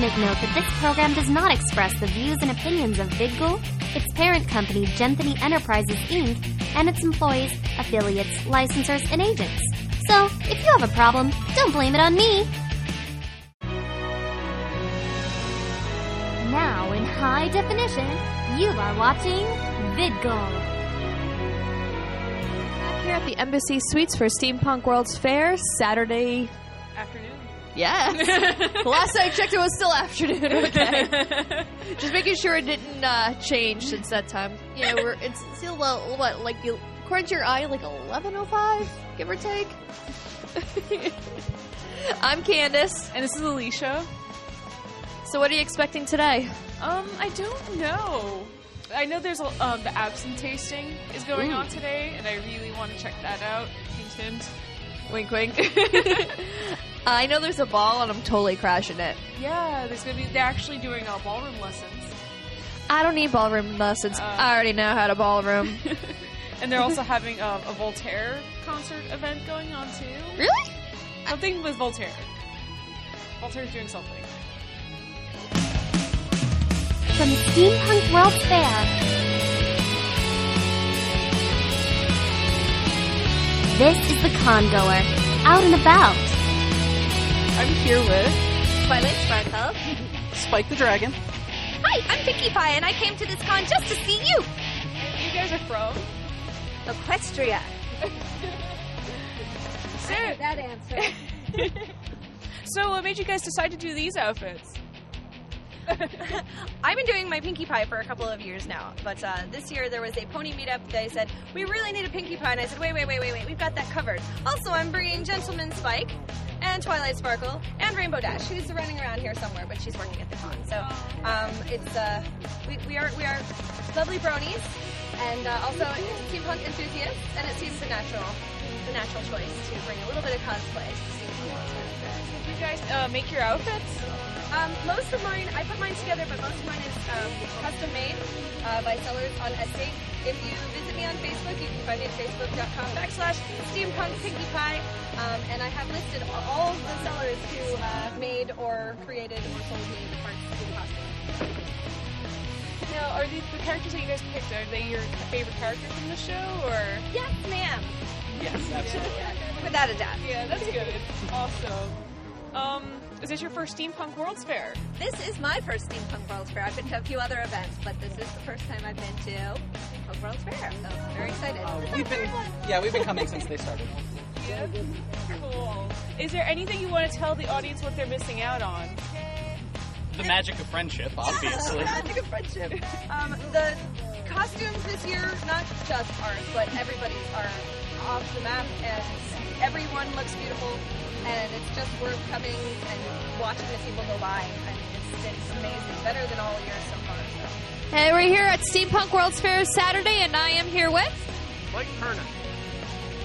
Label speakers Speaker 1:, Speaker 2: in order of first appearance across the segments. Speaker 1: make note that this program does not express the views and opinions of VidGul, its parent company, Genthany Enterprises Inc., and its employees, affiliates, licensors, and agents. So, if you have a problem, don't blame it on me. Now, in high definition, you are watching VidGul.
Speaker 2: Back here at the Embassy Suites for Steampunk World's Fair, Saturday.
Speaker 3: afternoon.
Speaker 2: Yes. the last I checked, it was still afternoon. Okay. Just making sure it didn't uh, change since that time. Yeah, we're it's still uh, what like you- according to your eye, like eleven oh five, give or take. I'm Candace.
Speaker 3: And this is Alicia.
Speaker 2: So, what are you expecting today?
Speaker 3: Um, I don't know. I know there's a, um, the absinthe tasting is going on today, and I really want to check that out. Hint, hint.
Speaker 2: Wink, wink. I know there's a ball, and I'm totally crashing it.
Speaker 3: Yeah, there's gonna be. They're actually doing uh, ballroom lessons,
Speaker 2: I don't need ballroom lessons. I already know how to ballroom.
Speaker 3: and they're also having um, a Voltaire concert event going on too.
Speaker 2: really?
Speaker 3: Something with Voltaire. Voltaire's doing something.
Speaker 1: from Steampunk World Fair. This is the Congoer, out and about.
Speaker 4: I'm here with
Speaker 2: Twilight Sparkle.
Speaker 4: Spike the Dragon.
Speaker 1: Hi, I'm Pinkie Pie, and I came to this con just to see you.
Speaker 3: You guys are from?
Speaker 5: Equestria.
Speaker 3: Sarah.
Speaker 5: That answer.
Speaker 3: So, what made you guys decide to do these outfits?
Speaker 5: I've been doing my Pinkie Pie for a couple of years now, but uh, this year there was a pony meetup. They said, We really need a Pinkie Pie. And I said, Wait, wait, wait, wait, wait. We've got that covered. Also, I'm bringing Gentleman Spike and Twilight Sparkle and Rainbow Dash, who's running around here somewhere, but she's working at the con. So um, it's, uh, we, we, are, we are lovely bronies and uh, also steampunk enthusiasts, and it seems the natural, the natural choice to bring a little bit of cosplay to steampunk.
Speaker 3: Did you guys uh, make your outfits?
Speaker 5: Um, most of mine, I put mine together, but most of mine is um, custom made uh, by sellers on Etsy. If you visit me on Facebook, you can find me at facebook.com backslash steampunk pinkie pie. Um, and I have listed a- all of the sellers who uh, made or created or sold me the parts to the costume.
Speaker 3: Now, are these the characters that you guys picked? Are they your favorite character from the show, or?
Speaker 5: Yes, ma'am.
Speaker 3: Yes, absolutely.
Speaker 5: Without a doubt.
Speaker 3: Yeah, that's good. Awesome. Um, is this your first Steampunk World's Fair?
Speaker 5: This is my first Steampunk World's Fair. I've been to a few other events, but this is the first time I've been to Steampunk World's Fair. So I'm very excited.
Speaker 4: Uh, we've been, yeah, we've been coming since they started.
Speaker 3: Yeah. Cool. Is there anything you want to tell the audience what they're missing out on?
Speaker 6: The magic of friendship, obviously.
Speaker 5: Magic of friendship. Um, the costumes this year, not just ours, but everybody's are off the map, and everyone looks beautiful, and it's just worth coming and watching the people go by. I mean, it's, it's amazing, better than all years so far. So.
Speaker 2: Hey, we're here at Steampunk World's Fair Saturday, and I am here with.
Speaker 7: Mike Perna.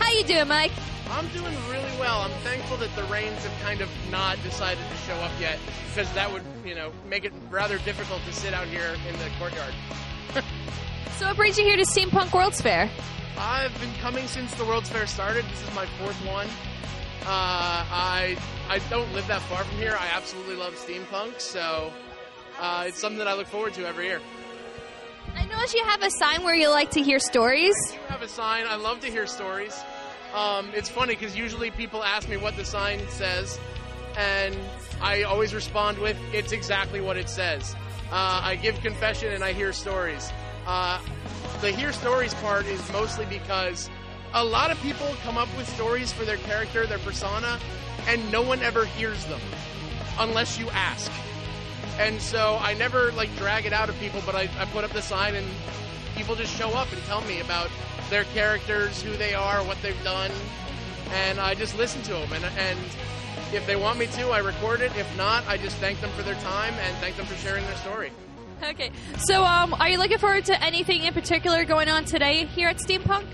Speaker 2: How you doing, Mike?
Speaker 7: I'm doing really well. I'm thankful that the rains have kind of not decided to show up yet, because that would, you know, make it rather difficult to sit out here in the courtyard.
Speaker 2: So, what brings you here to Steampunk World's Fair?
Speaker 7: I've been coming since the World's Fair started. This is my fourth one. Uh, I I don't live that far from here. I absolutely love steampunk, so uh, it's something that I look forward to every year.
Speaker 2: I notice you have a sign where you like to hear stories.
Speaker 7: do have a sign. I love to hear stories. Um, it's funny because usually people ask me what the sign says, and I always respond with, "It's exactly what it says." Uh, I give confession and I hear stories. Uh, the hear stories part is mostly because a lot of people come up with stories for their character, their persona, and no one ever hears them unless you ask. And so I never like drag it out of people, but I, I put up the sign and people just show up and tell me about their characters, who they are, what they've done, and I just listen to them. And, and if they want me to, I record it. If not, I just thank them for their time and thank them for sharing their story.
Speaker 2: Okay. So, um, are you looking forward to anything in particular going on today here at Steampunk?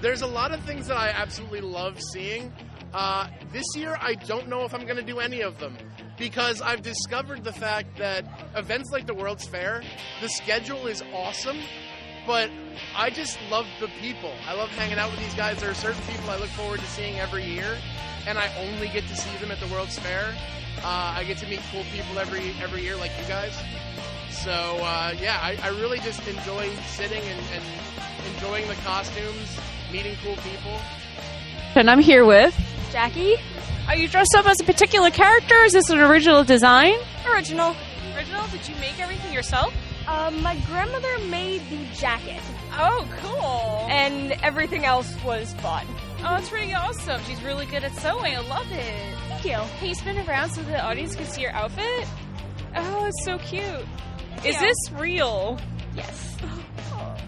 Speaker 7: There's a lot of things that I absolutely love seeing. Uh, this year, I don't know if I'm going to do any of them because I've discovered the fact that events like the World's Fair, the schedule is awesome, but I just love the people. I love hanging out with these guys. There are certain people I look forward to seeing every year, and I only get to see them at the World's Fair. Uh, I get to meet cool people every every year, like you guys. So uh, yeah, I, I really just enjoy sitting and, and enjoying the costumes, meeting cool people.
Speaker 8: And I'm here with.
Speaker 9: Jackie?
Speaker 8: Are you dressed up as a particular character? Is this an original design?
Speaker 10: Original. Original? Did you make everything yourself?
Speaker 3: Um, my grandmother made the jacket,
Speaker 10: Oh, cool.
Speaker 3: and everything else was bought.
Speaker 10: oh, that's pretty awesome. She's really good at sewing. I love it.
Speaker 3: Thank you.
Speaker 10: Can you spin around so the audience can see your outfit? Oh, it's so cute. Is
Speaker 3: Yeah.
Speaker 10: this real? Oh,
Speaker 3: Yes.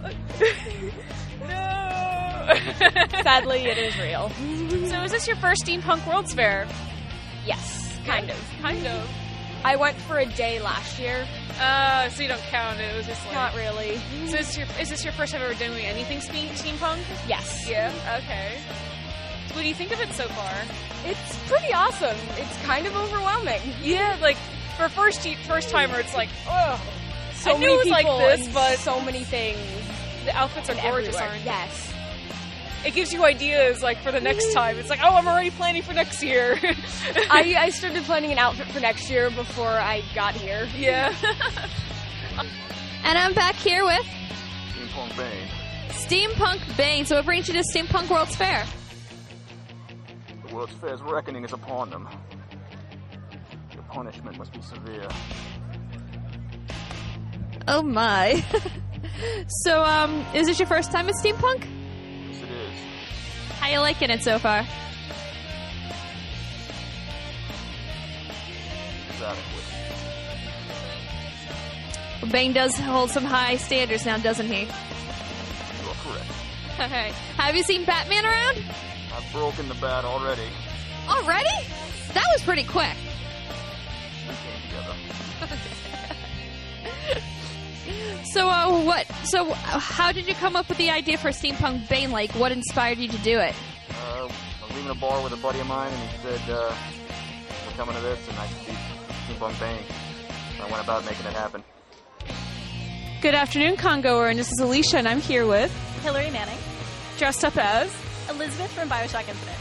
Speaker 10: No.
Speaker 3: Sadly, it is real.
Speaker 10: so is this your first steampunk World's Fair?
Speaker 3: Yes, kind of.
Speaker 10: Kind of.
Speaker 3: I went for a day last year.
Speaker 10: Uh, so you don't count it. It was just like.
Speaker 3: Not really.
Speaker 10: So is, your, is this your first time ever doing anything spe- steampunk?
Speaker 3: Yes.
Speaker 10: Yeah. Okay. What do you think of it so far?
Speaker 3: It's pretty awesome. It's kind of overwhelming.
Speaker 10: Yeah, like for first ye- first timer, it's like oh,
Speaker 3: So
Speaker 10: I knew
Speaker 3: many
Speaker 10: it was like
Speaker 3: people
Speaker 10: this,
Speaker 3: and
Speaker 10: but-
Speaker 3: so many things.
Speaker 10: the outfits are
Speaker 3: and
Speaker 10: gorgeous,
Speaker 3: everywhere.
Speaker 10: aren't they?
Speaker 3: Yes.
Speaker 10: It gives you ideas like for the next time. It's like oh, I'm already planning for next year.
Speaker 3: I, I started planning an outfit for next year before I got here.
Speaker 10: yeah.
Speaker 2: And I'm back here with
Speaker 6: Steampunk Bane.
Speaker 2: Steampunk Bane. So it brings you to Steampunk World's Fair.
Speaker 6: The world's fair's reckoning is upon them. Your punishment must be severe.
Speaker 2: Oh my. so, um, is this your first time at Steampunk?
Speaker 6: Yes, it is.
Speaker 2: How you liking it so far?
Speaker 6: It's adequate.
Speaker 2: Bane does hold some high standards now, doesn't he?
Speaker 6: You're correct.
Speaker 2: Alright. Have you seen Batman around?
Speaker 6: I've broken the bat already.
Speaker 2: Already? That was pretty quick.
Speaker 6: We came together.
Speaker 2: So, uh, what? So, uh, how did you come up with the idea for Steampunk Bane? Like, what inspired you to do it?
Speaker 6: Uh, I was leaving a bar with a buddy of mine, and he said, uh, we're coming to this, and I could see Steampunk Bane. So I went about making it happen.
Speaker 8: Good afternoon, Congoer, and this is Alicia, and I'm here with.
Speaker 10: Hillary Manning.
Speaker 8: Dressed up as.
Speaker 10: Elizabeth from Bioshock Infinite.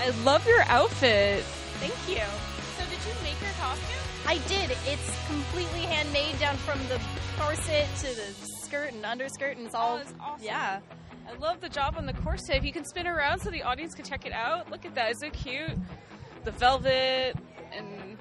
Speaker 8: I love your outfit.
Speaker 10: Thank you. So did you make your costume?
Speaker 5: I did. It's completely handmade, down from the corset to the skirt and underskirt, and it's all.
Speaker 10: that's Oh, awesome.
Speaker 5: Yeah.
Speaker 10: I love the job on the corset. If you can spin around so the audience can check it out, look at that. It's so cute. The velvet and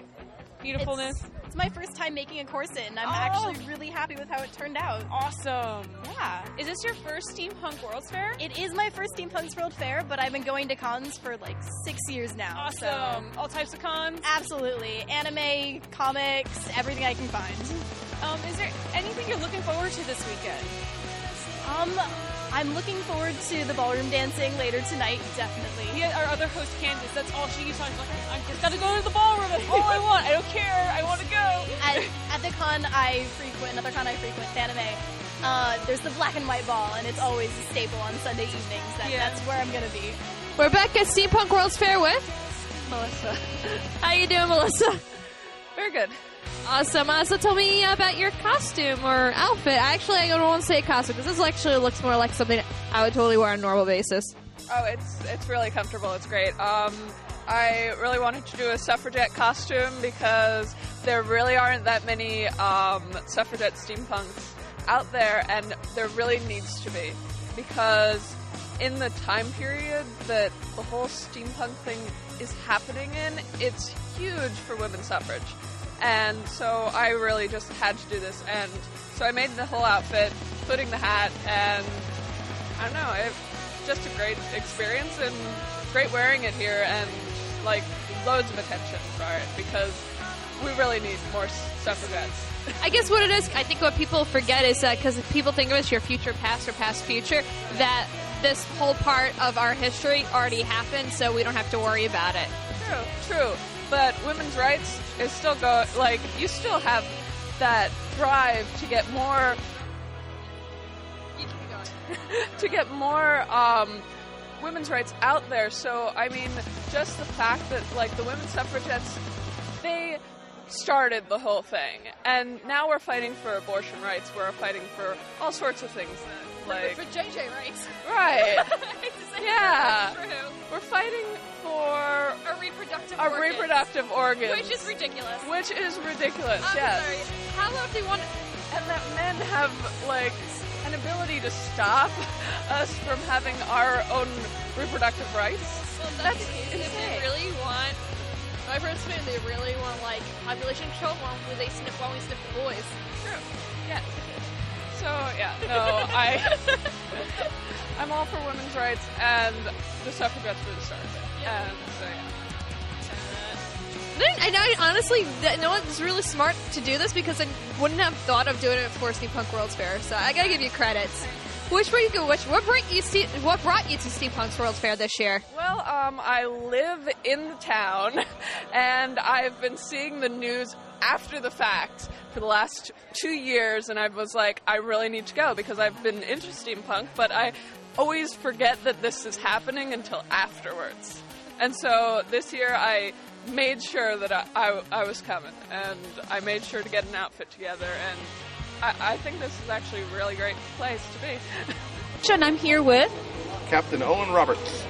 Speaker 10: beautifulness.
Speaker 5: It's, it's my first time making a corset, and I'm
Speaker 10: Oh.
Speaker 5: actually really happy with how it turned out.
Speaker 10: awesome.
Speaker 5: Yeah.
Speaker 10: Is this your first steampunk World's Fair?
Speaker 5: It is my first Steampunk's World Fair, but I've been going to cons for like six years now. so-
Speaker 10: Awesome. All types of cons.
Speaker 5: Absolutely. Anime, comics, everything I can find.
Speaker 10: Um, is there anything you're looking forward to this weekend?
Speaker 5: Um, I'm looking forward to the ballroom dancing later tonight, definitely.
Speaker 10: Yeah, our other host Candace. That's all she keeps on. She's like, I just gotta go to the ballroom. That's all I want. I don't care. I want to go.
Speaker 5: at, at the con I frequent, another con I frequent, Fanime, uh, there's the black and white ball, and it's always a staple on Sunday evenings. That,
Speaker 10: Yeah.
Speaker 5: That's where I'm gonna be.
Speaker 2: We're back at Steampunk World's Fair with Melissa. How you doing, Melissa?
Speaker 10: Very good.
Speaker 2: Awesome. Uh, so tell me about your costume or outfit. Actually, I don't want to say costume because this actually looks more like something I would totally wear on a normal basis.
Speaker 3: Oh, it's it's really comfortable. It's great. Um, I really wanted to do a suffragette costume because there really aren't that many um, suffragette steampunks out there, and there really needs to be because in the time period that the whole steampunk thing is happening in, it's huge for women's suffrage. And so I really just had to do this, and so I made the whole outfit, including the hat, and I don't know. It, just a great experience and great wearing it here and like loads of attention for it because we really need more suffragettes.
Speaker 2: I guess what it is, I think what people forget is that because people think of us your future past or past future, that this whole part of our history already happened, so we don't have to worry about it.
Speaker 3: True, true. But women's rights is still go like you still have that drive to get more. You keep going. to get more um, women's rights out there. So I mean, just the fact that like the women suffragettes, they started the whole thing. And now we're fighting for abortion rights. We're fighting for all sorts of things. that, Like
Speaker 2: for JJ, right?
Speaker 3: Right.
Speaker 2: yeah.
Speaker 3: We're fighting for
Speaker 2: a reproductive
Speaker 3: our reproductive organs,
Speaker 2: Which is ridiculous.
Speaker 3: Which is ridiculous.
Speaker 2: I'm
Speaker 3: yes.
Speaker 2: sorry.
Speaker 3: How long do you want? And that men have like an ability to stop us from having our own reproductive rights.
Speaker 10: Well,
Speaker 3: that's
Speaker 10: that's the case. If
Speaker 3: insane.
Speaker 10: they really want, my friends say they really want like population control. Why would they sniff? Why we sniff the boys? True. Yes.
Speaker 3: So yeah, no, I I'm all for women's rights and the suffragettes really started it.
Speaker 10: Yeah.
Speaker 3: And so yeah.
Speaker 2: And I honestly, th- no one's really smart to do this because I wouldn't have thought of doing it for Steampunk World's Fair. So I gotta give you credits. Which way you go? Which what brought you? Ste- what brought you to Steampunk's World's Fair this year?
Speaker 3: Well, um, I live in the town, and I've been seeing the news after the fact for the last two years, and I was like, I really need to go because I've been into steampunk, but I always forget that this is happening until afterwards. And so this year, I made sure that I, I, I was coming, and I made sure to get an outfit together, and I, I think this is actually a really great place to be.
Speaker 9: Jen, I'm here with.
Speaker 11: Captain Owen Roberts.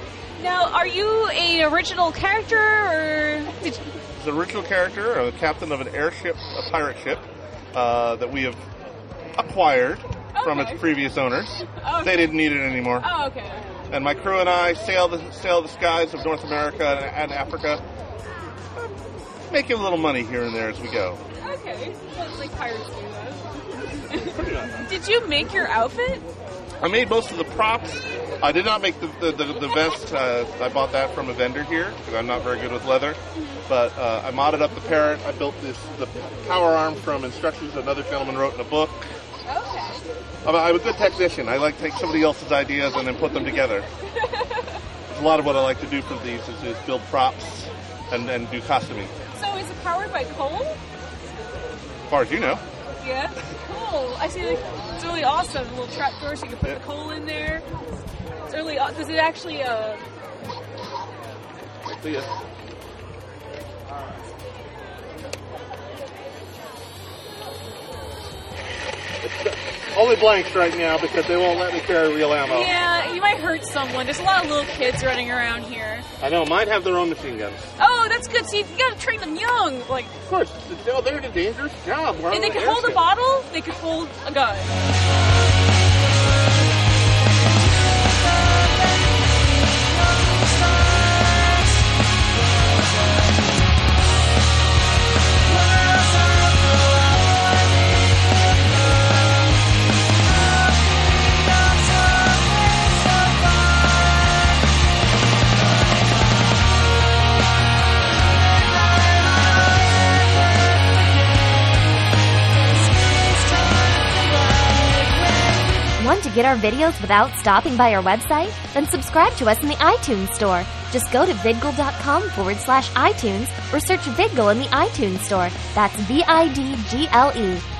Speaker 9: Now, are you an original character or?
Speaker 11: He's an original character, a captain of an airship, a pirate ship, uh, that we have acquired from its
Speaker 12: Okay.
Speaker 11: previous owners.
Speaker 12: Okay.
Speaker 11: They didn't need it anymore.
Speaker 12: Oh, okay.
Speaker 11: And my crew and I sail the, sail the skies of North America and, and Africa, making a little money here and there as we go.
Speaker 10: Okay. That's like pirates do. Did you make your outfit?
Speaker 11: I made most of the props. I did not make the, the, the, the vest. Uh, I bought that from a vendor here because I'm not very good with leather. But uh, I modded up the parrot. I built this the power arm from instructions another gentleman wrote in a book. I'm a, I'm a good technician. I like to take somebody else's ideas and then put them together. a lot of what I like to do for these is, is build props and, and do costuming.
Speaker 10: So is it powered by coal?
Speaker 11: As far as you know.
Speaker 10: Yeah. Cool. I see. Like, it's really awesome. Little trap doors. You can put the coal in there. It's really. aw- Does it actually? Uh,
Speaker 11: So yes. Only blanks right now because they won't let me carry real ammo.
Speaker 10: Yeah. You might hurt someone. There's a lot of little kids running around here.
Speaker 11: I know, mine have their own machine guns.
Speaker 10: Oh, that's good. So you gotta train them young. Like. Of
Speaker 11: course. No, Oh, they're in a dangerous job. We're
Speaker 10: and
Speaker 11: on
Speaker 10: they
Speaker 11: an
Speaker 10: could hold a
Speaker 11: airship.
Speaker 10: bottle. They could hold a gun.
Speaker 1: Want to get our videos without stopping by our website? Then subscribe to us in the iTunes store. Just go to vidgle.com forward slash iTunes or search Vidgle in the iTunes store. That's V I D G L E.